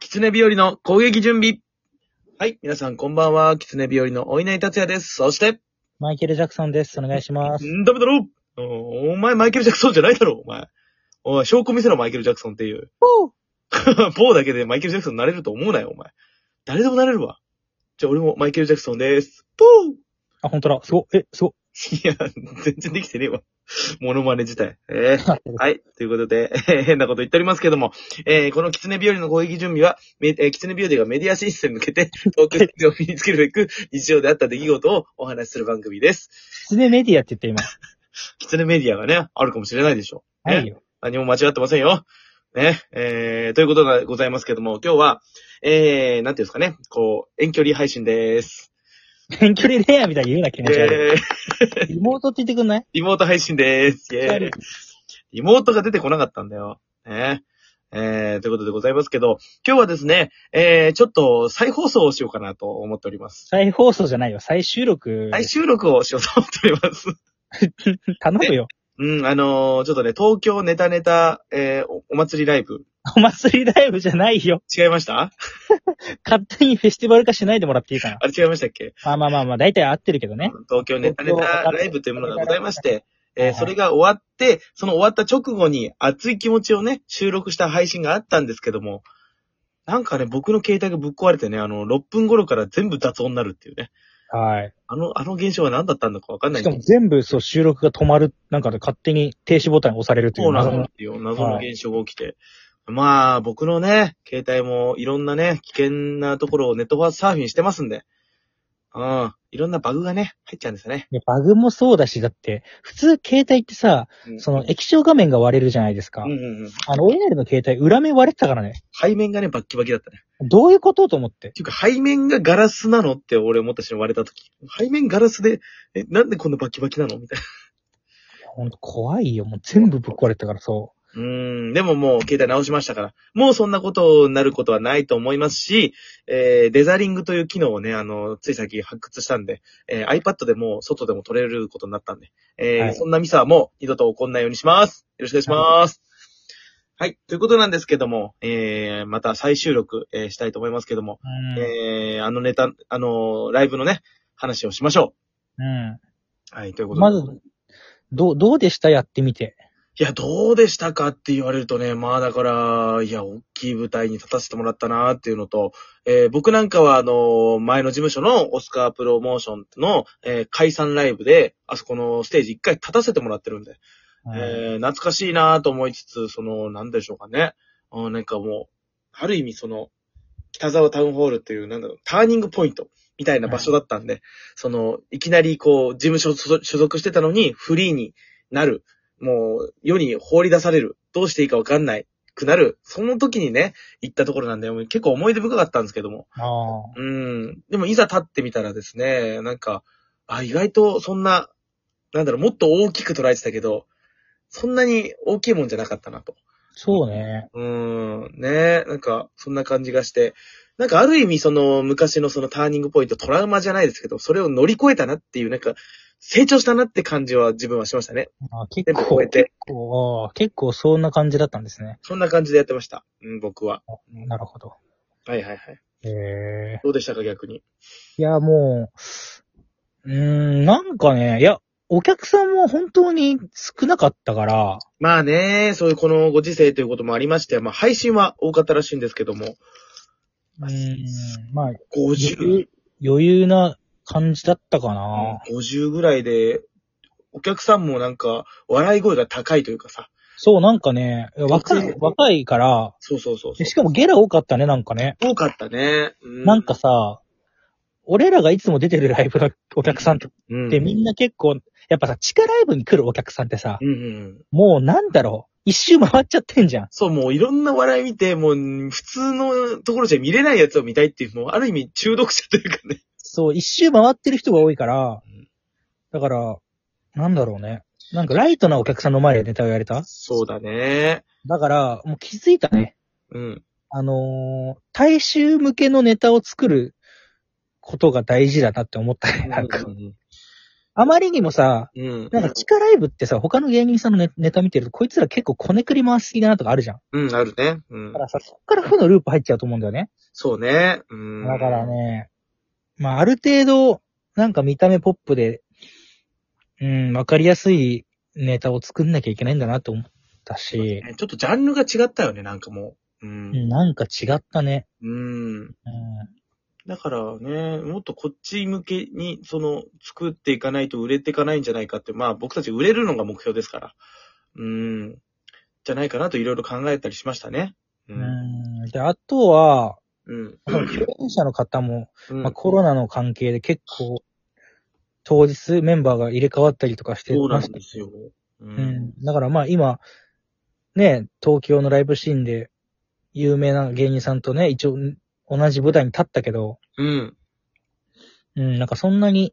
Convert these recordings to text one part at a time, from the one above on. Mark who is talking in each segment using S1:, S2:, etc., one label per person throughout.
S1: 狐日和の攻撃準備。はい、皆さんこんばんは。狐日和のお稲荷達也です。そして、
S2: マイケル・ジャクソンです。お願いします。
S1: んダメだろおお前マイケル・ジャクソンじゃないだろお前。おい、証拠見せろマイケル・ジャクソンっていう。 ポーだけでマイケル・ジャクソンになれると思うなよ、お前。誰でもなれるわ。じゃあ俺もマイケル・ジャクソンです。ポ
S2: あ、本当だ。すごい。え、すごい。
S1: ーいや、全然できてねえわ。モノマネ自体。えーはい。ということで、えー変なこと言っておりますけども、えーこの狐日和の攻撃準備は、めえー狐日和がメディア進出に向けて、トークスキルを身につけるべく、日常であった出来事をお話しする番組です。
S2: キツネメディアって言って今。
S1: 狐メディアがね、あるかもしれないでしょう。
S2: は
S1: ね
S2: いよ。
S1: 何も間違ってませんよ。ね、えー、ということがございますけども、今日は、えー、なんていうんですかね、こう、遠距離配信です。
S2: 遠距離レイヤーみたいに言うな気持ち悪
S1: えー、
S2: い。リモートって言ってくんない
S1: リモート配信です。イェーイ
S2: はい
S1: リモートが出てこなかったんだよ。ねえー、ということでございますけど、今日はですね、えー、ちょっと再放送をしようかなと思っております。
S2: 再放送じゃないよ。再収録。
S1: 再収録をしようと思っております。
S2: 頼むよ。
S1: うん、あのーちょっとね、東京ネタネタ、えー、おお祭りライブ。
S2: お祭りライブじゃないよ。
S1: 違いました
S2: 勝手にフェスティバル化しないでもらっていいかな。
S1: あれ違いましたっけ
S2: まあまあまあまあ、大体合ってるけどね。
S1: 東京ネタネタライブというものがございまして、えーそれが終わって、その終わった直後に熱い気持ちをね、収録した配信があったんですけども、なんかね、僕の携帯がぶっ壊れてね、あの、6分頃から全部雑音になるっていうね。
S2: はい。
S1: あの、あの現象は何だったのかわかんないん
S2: し
S1: だ
S2: か
S1: けど。
S2: も全部、そう、収録が止まる、なんかね、勝手に停止ボタンを押されるとい
S1: そううな
S2: 謎
S1: ん
S2: の
S1: で。すよ。謎の現象が起きて。まあ、僕のね、携帯もいろんなね、危険なところをネットワークサーフィンしてますんで。うん。いろんなバグがね、入っちゃうんですよね。
S2: でバグもそうだし、だって、普通携帯ってさ、
S1: うん
S2: その液晶画面が割れるじゃないですか
S1: うん。うんうん。
S2: あの、オリナルの携帯裏面割れてたからね。
S1: 背面がね、バッキバキだったね。
S2: どういうことと思って。
S1: ていうか、背面がガラスなのって俺思ったし、割れた時。背面ガラスで、え、なんでこんなバキバキなのみたい
S2: ほんと怖いよ。もう全部ぶっ壊れてたからそ
S1: な。うーん、でももう携帯直しましたから。もうそんなことになることはないと思いますし、えー、デザリングという機能をね、あの、つい先発掘したんで、えー、iPad でも外でも取れることになったんで、えー
S2: はい
S1: そんなミスはもう二度と起こんないようにします。よろしくお願いします。はい、ということなんですけども、えー、また再収録、えーしたいと思いますけども、
S2: う。うん。
S1: えー、あのネタ、あのライブのね、話をしましょう。
S2: う
S1: はい、というこ
S2: ん。
S1: とで。
S2: まず、どう、どうでしたやってみて。
S1: いや、どうでしたかって言われるとね、まあだから、いや、大きい舞台に立たせてもらったなっていうのと、えー僕なんかはあのー前の事務所のオスカープロモーションの、えー解散ライブで、あそこのステージ一回立たせてもらってるんで、
S2: うん
S1: えー懐かしいなと思いつつ、その、なんでしょうかね。あーなんかもう、ある意味その、北沢タウンホールっていう、なんだろう、ターニングポイントみたいな場所だったんで、その、いきなりこう、事務所所属所属してたのに、フリーになる。もう、世に放り出される。どうしていいかわかんない。くなる。その時にね、行ったところなんで、もう結構思い出深かったんですけども。
S2: ああ。
S1: うん。でもいざ立ってみたらですね、なんか、あ、意外とそんな、なんだろう、もっと大きく捉えてたけど、そんなに大きいもんじゃなかったなと。
S2: そうね。
S1: うん。ねなんか、そんな感じがして。なんかある意味その昔のそのターニングポイント、トラウマじゃないですけど、それを乗り越えたなっていう、なんか、成長したなって感じは自分はしましたね。
S2: ああ結
S1: 全部超
S2: 構、
S1: えて
S2: 結。構、ああ結構そんな感じだったんですね。
S1: そんな感じでやってました。うん、僕は。
S2: なるほど。
S1: はいはいはい。
S2: ええ
S1: どうでしたか、逆に。
S2: いや、もう、うーん、なんかね、いや、お客さんも本当に少なかったから、
S1: まあね、そういうこのご時世ということもありまして、まあ配信は多かったらしいんですけども、
S2: うん、まあ、
S1: 50、
S2: 余裕余裕な感じだったかな。
S1: 50ぐらいで、お客さんもなんか、笑い声が高いというかさ。
S2: そう、なんかね、若い、若いから、
S1: そうそうそうそう
S2: で。しかもゲラ多かったね、なんかね。
S1: 多かったね。うん
S2: なんか、さ、俺らがいつも出てるライブのお客さんっ
S1: うん、
S2: てみんな結構、やっぱさ、地下ライブに来るお客さんってさ、
S1: うんうん。
S2: もうなんだろう、一周回っちゃってんじゃん。
S1: そう、もういろんな笑い見て、もう普通のところじゃ見れないやつを見たいっていう、もうある意味中毒者というかね。
S2: そう、一周回ってる人が多いから
S1: うん、
S2: だから、なんだろうね。なんかライトなお客さんの前でネタをやれた
S1: そうだね。
S2: だから、もう気づいたね。
S1: うん。
S2: あのー、大衆向けのネタを作ることが大事だなって思ったね、なんか
S1: う。んうん
S2: あまりにもさ、
S1: うん。
S2: なんか地下ライブってさ、他の芸人さんのネネタ見てると、こいつら結構こねくり回しすぎだなとかあるじゃん。
S1: うん、あるね。うん
S2: だか。らさ、そっから負のループ入っちゃうと思うんだよね。
S1: そうね。うん。
S2: だから。ね、まあある程度、なんか見た目ポップで、うん、わかりやすいネタを作んなきゃいけないんだなと思ったし、
S1: ちょっとジャンルが違ったよね、なんかもう。う
S2: うん
S1: ん。
S2: なんか違ったね。
S1: うん。
S2: うん
S1: だからね、もっとこっち向けに、その、作っていかないと売れていかないんじゃないかって、まあ僕たち売れるのが目標ですから。うん。じゃないかなといろいろ考えたりしましたね。う。
S2: うんん、で、あとは、
S1: うん。
S2: その共演者の方も、
S1: うん
S2: まあ、コロナの関係で結構、当日メンバーが入れ替わったりとかして
S1: そうな
S2: ま
S1: ん
S2: す。
S1: ですよ。う
S2: う。ん。だからまあ今、ね、東京のライブシーンで有名な芸人さんとね、一応同じ舞台に立ったけど、
S1: うん。
S2: うん、なんかそんなに、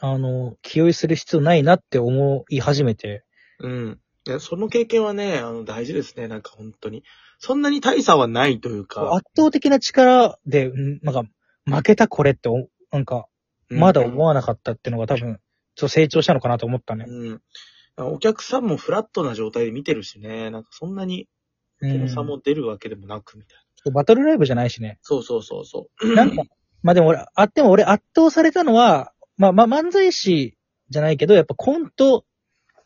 S2: あの、気負いする必要ないなって思い始めて、
S1: うん。いやその経験はね、あの、大事ですね。なんか本当に。そんなに大差はないというか。
S2: 圧倒的な力で、うんなんか、負けたこれってお、なんか、まだ思わなかったっていうのが多分、ちょっと成長したのかなと思ったね。
S1: うん。お客さんもフラットな状態で見てるしね。なんかそんなに、
S2: う
S1: そ
S2: ん
S1: の差も出るわけでもなくみたいな。
S2: バトルライブじゃないしね。
S1: そうそうそうそう。
S2: なんか、まあでも俺、あっても俺圧倒されたのは、まあまあ漫才師じゃないけど、やっぱコント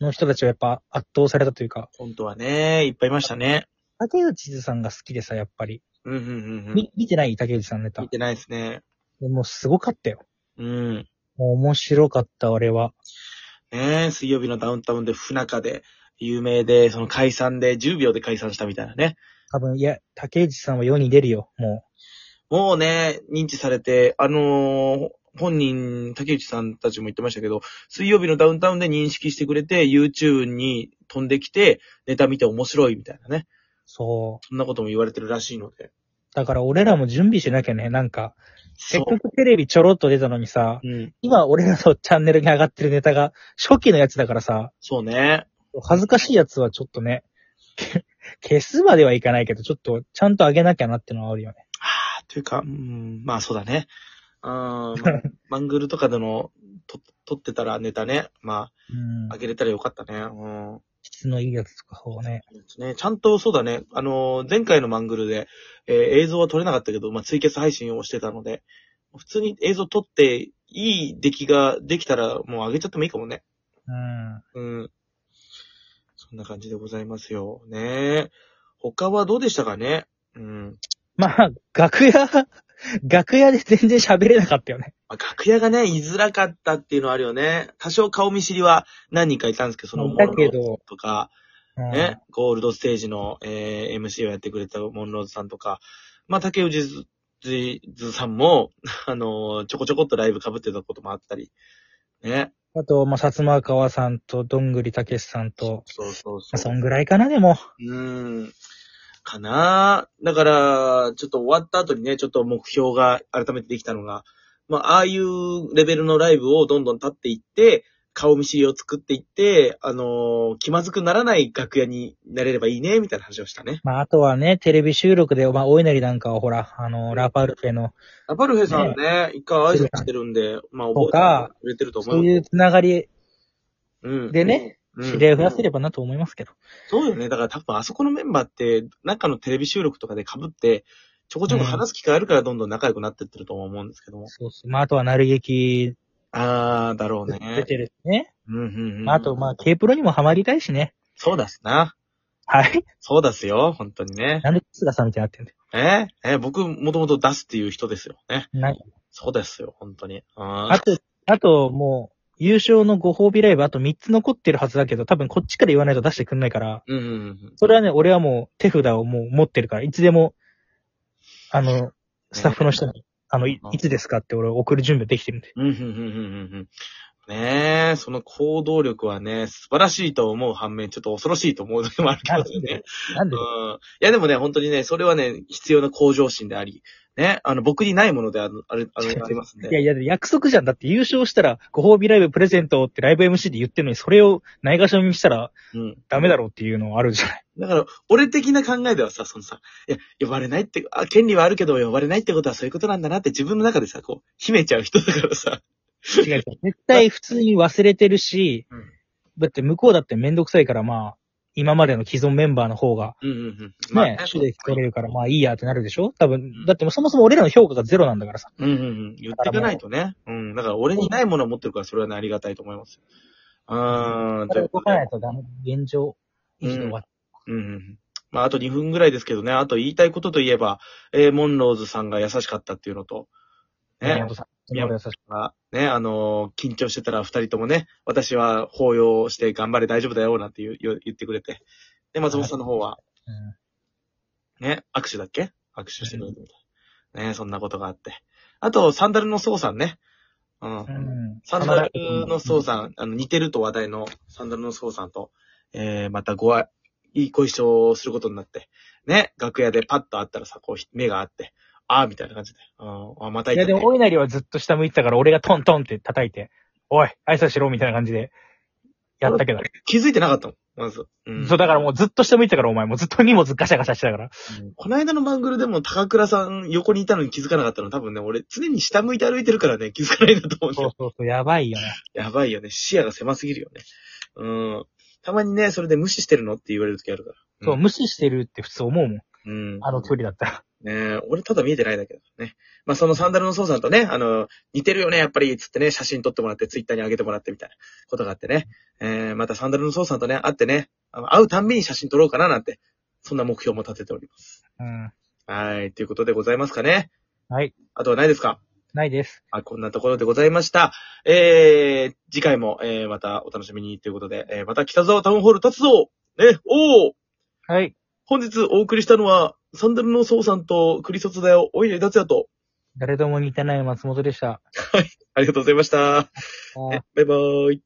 S2: の人たちはやっぱ圧倒されたというか、
S1: 本当はね、いっぱいいましたね。
S2: 竹内さんが好きでさ、やっぱり。
S1: うんうんうんうん。
S2: み見てない竹内さんのネタ
S1: 見。てないですね。
S2: でもうすごかったよ。
S1: うん。
S2: もう面白かった、俺は。
S1: ねえ、水曜日のダウンタウンで不仲で、有名で、その解散で10秒で解散したみたいなね。
S2: 多分、いや、竹内さんは世に出るよ、も
S1: もうね、認知されて、あのー本人、竹内さんたちも言ってましたけど、水曜日のダウンタウンで認識してくれて、YouTube に飛んできて、ネタ見て面白いみたいなね。
S2: う。そう。
S1: そんなことも言われてるらしいので。
S2: だから俺らも準備しなきゃね、なんか。せ
S1: そ
S2: っかくテレビちょろっと出たのにさ、
S1: う。うん。
S2: 今俺らのチャンネルに上がってるネタが初期のやつだからさ、
S1: そうね。
S2: 恥ずかしいやつはちょっとね、 消すまではいかないけど、ちょっとちゃんと上げなきゃなってのはあるよね。
S1: あというか、うん、まあそうだね。あーまあマングルとかでの、と、撮ってたらネタね。ま
S2: うん
S1: あ、あ。げれたらよかったね。うん。
S2: 質のいいやつとかをね。
S1: ね、ちゃんとそうだね、あのー、前回のマングルで、えー映像は撮れなかったけど、まあ、ツイキャス配信をしてたので、普通に映像撮って、いい出来ができたら、もう上げちゃってもいいかもね。
S2: うん。
S1: うん。そんな感じでございますよ。ね他はどうでしたかねうん。
S2: まあ、楽屋、 楽屋で全然喋れなかったよね。
S1: まあ、楽屋がね、居づらかったっていうのはあるよね。多少顔見知りは何人かいたんですけど、その、
S2: だけど、
S1: とか、
S2: うん
S1: ね、ゴールドステージの、えー MC をやってくれたモンローズさんとか、まあ、竹内ずずさんも、 あのーちょこちょこっとライブ被ってたこともあったり、ね。
S2: あと、まあ、薩摩川さんと、どんぐりたけしさんと、
S1: そうそう
S2: ま
S1: そ。
S2: あ、そうんぐらいかな、でも。
S1: うーん。かなぁだから、ちょっと終わった後にね、ちょっと目標が改めてできたのが、まあ、ああいうレベルのライブをどんどん立っていって、顔見知りを作っていって、あのー気まずくならない楽屋になれればいいね、みたいな話をしたね。
S2: まあ、あとはね、テレビ収録で、まあ、お稲荷なんかはほら、あの、ラパルフェの、
S1: ラパルフェさんね、一回挨拶してるんで、まあ覚えてくれてると思
S2: そう
S1: う
S2: い
S1: よ。
S2: うつながり
S1: うん。
S2: でね、
S1: うん、
S2: 知り合い増やせればなと思いますけど。
S1: そうよね。だから多分あそこのメンバーって、中のテレビ収録とかで被って、ちょこちょこ話す機会あるからどんどん仲良くなってってるとは思うんですけども。
S2: そうそう。まあ、あとは、なる劇
S1: あー、だろう
S2: 出
S1: ね。
S2: てるしね。
S1: うんうんうん。
S2: まあ、あと、まあ、K プロにもハマりたいしね。
S1: そうだっすな。
S2: はい。
S1: そうだっすよ、本当にね。
S2: なんで、すがさんみたいになってんだよ。
S1: ええ僕、もともと出すっていう人ですよ。ね。
S2: なんか
S1: そうですよ、本当に。あ
S2: あ
S1: ー
S2: と、あと、もう、優勝のご褒美ライブ、あと3つ残ってるはずだけど、多分こっちから言わないと出してくんないから、
S1: うんうんうん。
S2: それはね、俺はもう手札をもう持ってるから、いつでも、あの、スタッフの人に、あの、いいつですかって俺送る準備できてるんで。
S1: うん、うん、うん、うん、うん。ねえ、その行動力はね、素晴らしいと思う反面、ちょっと恐ろしいと思う時もあるけ
S2: なん
S1: ど
S2: で
S1: ね。
S2: な
S1: う
S2: ん
S1: ん
S2: で。
S1: いや、でもね、本当にね、それはね、必要な向上心であり、ね、あの、僕にないものである、ある、あるありますん
S2: いや
S1: で。
S2: いや、約束じゃん。だって優勝したら、ご褒美ライブプレゼントってライブ MC で言ってるのに、それをないがしろにしたら
S1: うん。
S2: ダメだろうっていうのはあるじゃない。
S1: だから、俺的な考えではさ、そのさ、いや、呼ばれないって、あ、権利はあるけど、呼ばれないってことはそういうことなんだなって自分の中でさ、こう、秘めちゃう人だからさ、
S2: 違う違う。絶対普通に忘れてるし、
S1: うん
S2: だって向こうだってめんどくさいから、まあ、今までの既存メンバーの方が、
S1: うんうんうん。まあ
S2: ね
S1: ね、、
S2: 手で取れるから、まあいいやってなるでしょ多分、だってもうそもそも俺らの評価がゼロなんだからさ。
S1: うんうんうん。言っていかないとね。うん。だから俺にないものを持ってるから、それはね、ありがたいと思いますよ。うーん。
S2: それ動かないとダメ。現状、維持で終わっ
S1: うんうん。まあ、あと2分ぐらいですけどね。あと言いたいことといえば、えーモンローズさんが優しかったっていうのと、
S2: た。
S1: ね
S2: 宮。本さん。宮本さん。
S1: まあね、あのー緊張してたら二人ともね、私は抱擁して頑張れ大丈夫だよなんて言う言う言ってくれて。で、松本さんの方は、
S2: うん
S1: ね、握手だっけ握手してくれてみたい。ね、そんなことがあって。あと、サンダルのソウさんね。うん。
S2: うん。
S1: サンダルのソウさん、あの、似てると話題のサンダルのソウさんと、えー、またごあ、いいご一緒をすることになって、ね、楽屋でパッと会ったらさ、こう、目があって、あーみたいな感じで、うん、あ、また
S2: いやでも、
S1: ね
S2: お稲荷はずっと下向いてたから、俺がトントンって叩いて、おい、挨拶しろみたいな感じで、やったけど。
S1: 気づいてなかったもん、まず。うん
S2: そう、だからもうずっと下向いてたから、お前もうずっと荷物ガシャガシャしてたから。
S1: この間の番組でも高倉さん横にいたのに気づかなかったの多分ね、俺常に下向いて歩いてるからね、気づかないんだと思うんだ
S2: そう
S1: よ。
S2: そうそう、やばいよね。
S1: やばいよね。視野が狭すぎるよね。うん。たまにね、それで無視してるのって言われる時あるから。
S2: そう、無視してるって普通思うもん。
S1: うん。
S2: あの距離だったら。
S1: ねえ、俺ただ見えてないだけだからね。まあ、そのサンダルのソウさんとね、あの、似てるよね、やっぱり、つってね、写真撮ってもらって、ツイッターに上げてもらってみたいなことがあってね。えー、またサンダルのソウさんとね、会ってね、あの会うたんびに写真撮ろうかななんて、そんな目標も立てております。
S2: うん。
S1: はい、ということでございますかね。
S2: はい。
S1: あとはないですか
S2: ないです。
S1: あ、こんなところでございました。えー、次回も、えー、またお楽しみにということで、えー、また北沢タウンホール立つぞね、おー
S2: はい。
S1: 本日お送りしたのは、サンダルのソウさんとクリソツだよ、おいで達也と、
S2: 誰とも似てない松本でした。
S1: ありがとうございました。
S2: あー
S1: ねバイバーイ。